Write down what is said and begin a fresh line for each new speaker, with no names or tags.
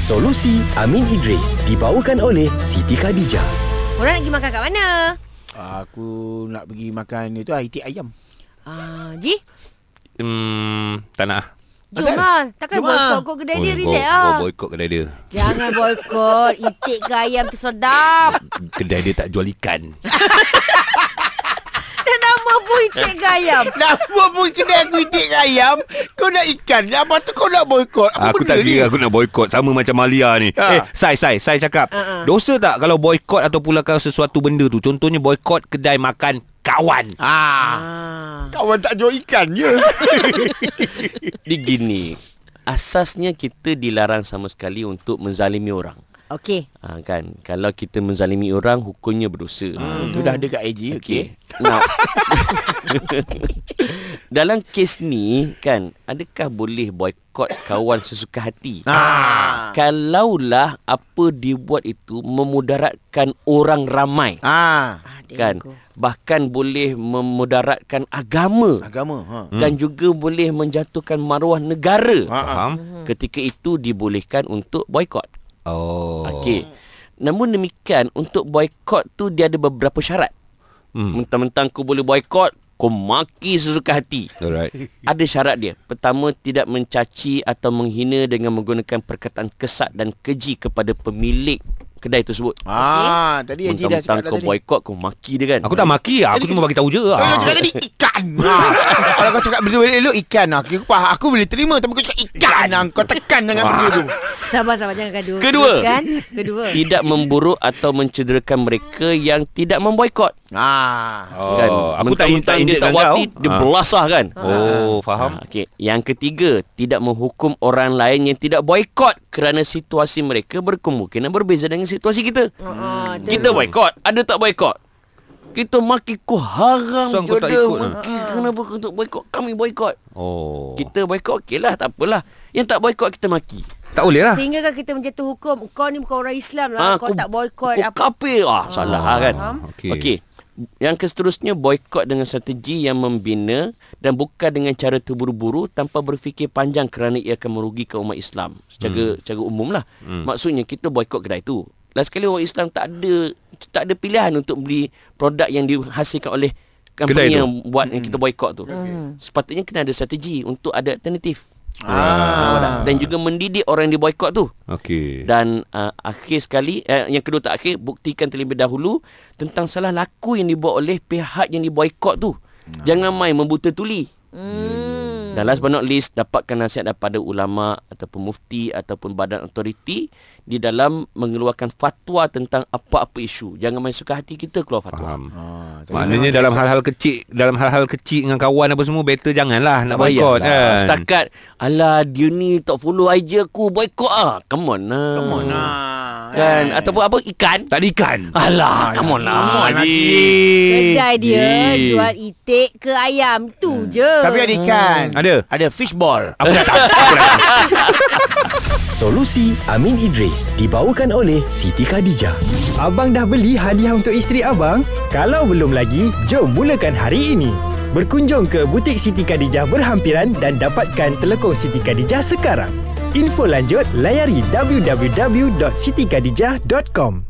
Solusi Amin Idris dibawakan oleh Siti Khadijah.
Korang nak pergi makan kat mana?
Aku nak pergi makan itu itik ayam.
Ah, Ji?
Hmm, tak nak.
Jom
Asal?
lah. Takkan
Jom lah.
boykot kot kedai dia.
Oh,
Relax lah.
Kau boykot kedai dia.
Jangan boykot. Itik ke ayam tu sedap.
Kedai dia tak jual ikan.
Dah nama pun itik ke ayam.
Kenapa pun kedai aku itik ayam? Kau nak ikan. Apa tu kau nak boikot? Apa
aku
benda
tak
ni?
kira aku nak boykot sama macam Malia ni.
Ha.
Eh, Sai Sai, Sai cakap.
Ha, ha.
Dosa tak kalau boykot atau pulakkan sesuatu benda tu? Contohnya boykot kedai makan kawan.
Ah,
Ah.
kawan tak jual ikan je.
Hmm. Dia gini Asasnya kita dilarang sama sekali untuk menzalimi orang
Okey.
ha, kan Kalau kita menzalimi orang hukumnya berdosa
Hmm, Itu dah ada kat IG, okey.
Okey. Now, dalam kes ni kan, adakah boleh boykot kawan sesuka hati?
Ah.
Kalaulah apa dibuat itu memudaratkan orang ramai,
Ah,
Ada
kan?
aku.
Bahkan boleh memudaratkan agama
agama. Ha.
dan juga boleh menjatuhkan maruah
Ah.
negara.
Faham?
Hmm.
Ketika itu dibolehkan untuk boykot.
Oh.
Okey. Namun demikian untuk boikot tu dia ada beberapa syarat.
Hmm.
Mentang-mentang kau boleh boikot, kau maki sesuka hati.
Alright.
Ada syarat dia. Pertama, tidak mencaci atau menghina dengan menggunakan perkataan kesat dan keji kepada pemilik kedai tersebut.
Ah, tadi IG dah
Mentang-mentang
cakap dah
kau
tadi.
boikot, kau maki dia kan.
Aku tak maki lah. Aku cuma bagi tahu je
Kau
lah.
ah. cakap tadi ikan. Ah. Kalau kau cakap betul elok ikan. Ha, Aku faham. Aku boleh terima tapi kau cakap ikan. Ah. Kau tekan dengan benda tu.
Sabar-sabar jangan gaduh.
Kedua.
Kan? Kedua.
Tidak memburuk atau mencederakan mereka yang tidak memboikot.
Ah.
Oh,
kan.
aku tak
Mentang-mentang
tak
dia
injek
tak
dengan
wati,
kau.
dia
Ah.
belasah kan.
Oh, faham.
Ha, okay. Yang ketiga, tidak menghukum orang lain yang tidak boikot kerana situasi mereka berkemungkinan berbeza dengan situasi kita.
Ah, tu.
Kita boikot, ada tak boikot? Kita maki ku haram
So, kau
jodoh
tak ikut, ha?
maki kenapa kau tak boikot? Kami boikot.
Oh.
Kita boikot okey lah, tak apalah. Yang tak boikot kita maki.
tak boleh lah.
Sehingga kan kita menjatuh hukum. Kau ni bukan orang Islam lah.
Ah,
kau tak boykot.
Kau
apa.
kafir. Ah, salah
Ah,
kan.
okey.
Okey. Okay. Yang seterusnya boikot dengan strategi yang membina dan bukan dengan cara terburu-buru tanpa berfikir panjang kerana ia akan merugikan umat Islam secara hmm. secara umum lah. Hmm. Maksudnya kita boikot kedai tu. Last sekali orang Islam tak ada tak ada pilihan untuk beli produk yang dihasilkan oleh
Kedai
company
tu.
yang buat yang kita boikot tu.
Hmm.
Okay. Sepatutnya kena ada strategi untuk ada alternatif.
Ah.
Dan juga mendidik orang yang diboikot tu.
Okey.
Dan uh, akhir sekali eh, Yang kedua tak akhir Buktikan terlebih dahulu Tentang salah laku yang dibuat oleh Pihak yang diboikot tu Jangan main membuta tuli
Hmm.
Dan last but not least Dapatkan nasihat daripada ulama Ataupun mufti Ataupun badan autoriti Di dalam mengeluarkan fatwa Tentang apa-apa isu Jangan main suka hati kita keluar fatwa
Faham.
Ah, tadi
Maknanya dalam hal-hal kecil Dalam hal-hal kecil dengan kawan apa semua Better janganlah nak boikot
lah.
kan
Setakat Alah dia ni tak follow IG aku Boikot ah Come on lah
Come on lah.
Kan Ataupun apa Ikan
Tak ada ikan
Alah, come on lah.
Haji.
Kedai dia
Ji.
jual itik ke ayam. Tu
Hmm.
je.
Tapi ada ikan.
Ada.
Ada fishball.
Aku dah tahu Aku dah tahu
Solusi Amin Idris dibawakan oleh Siti Khadijah.
Abang dah beli hadiah untuk isteri abang? Kalau belum lagi, jom mulakan hari ini. Berkunjung ke butik Siti Khadijah berhampiran dan dapatkan telekong Siti Khadijah sekarang. Info lanjut layari www.sitikadijah.com.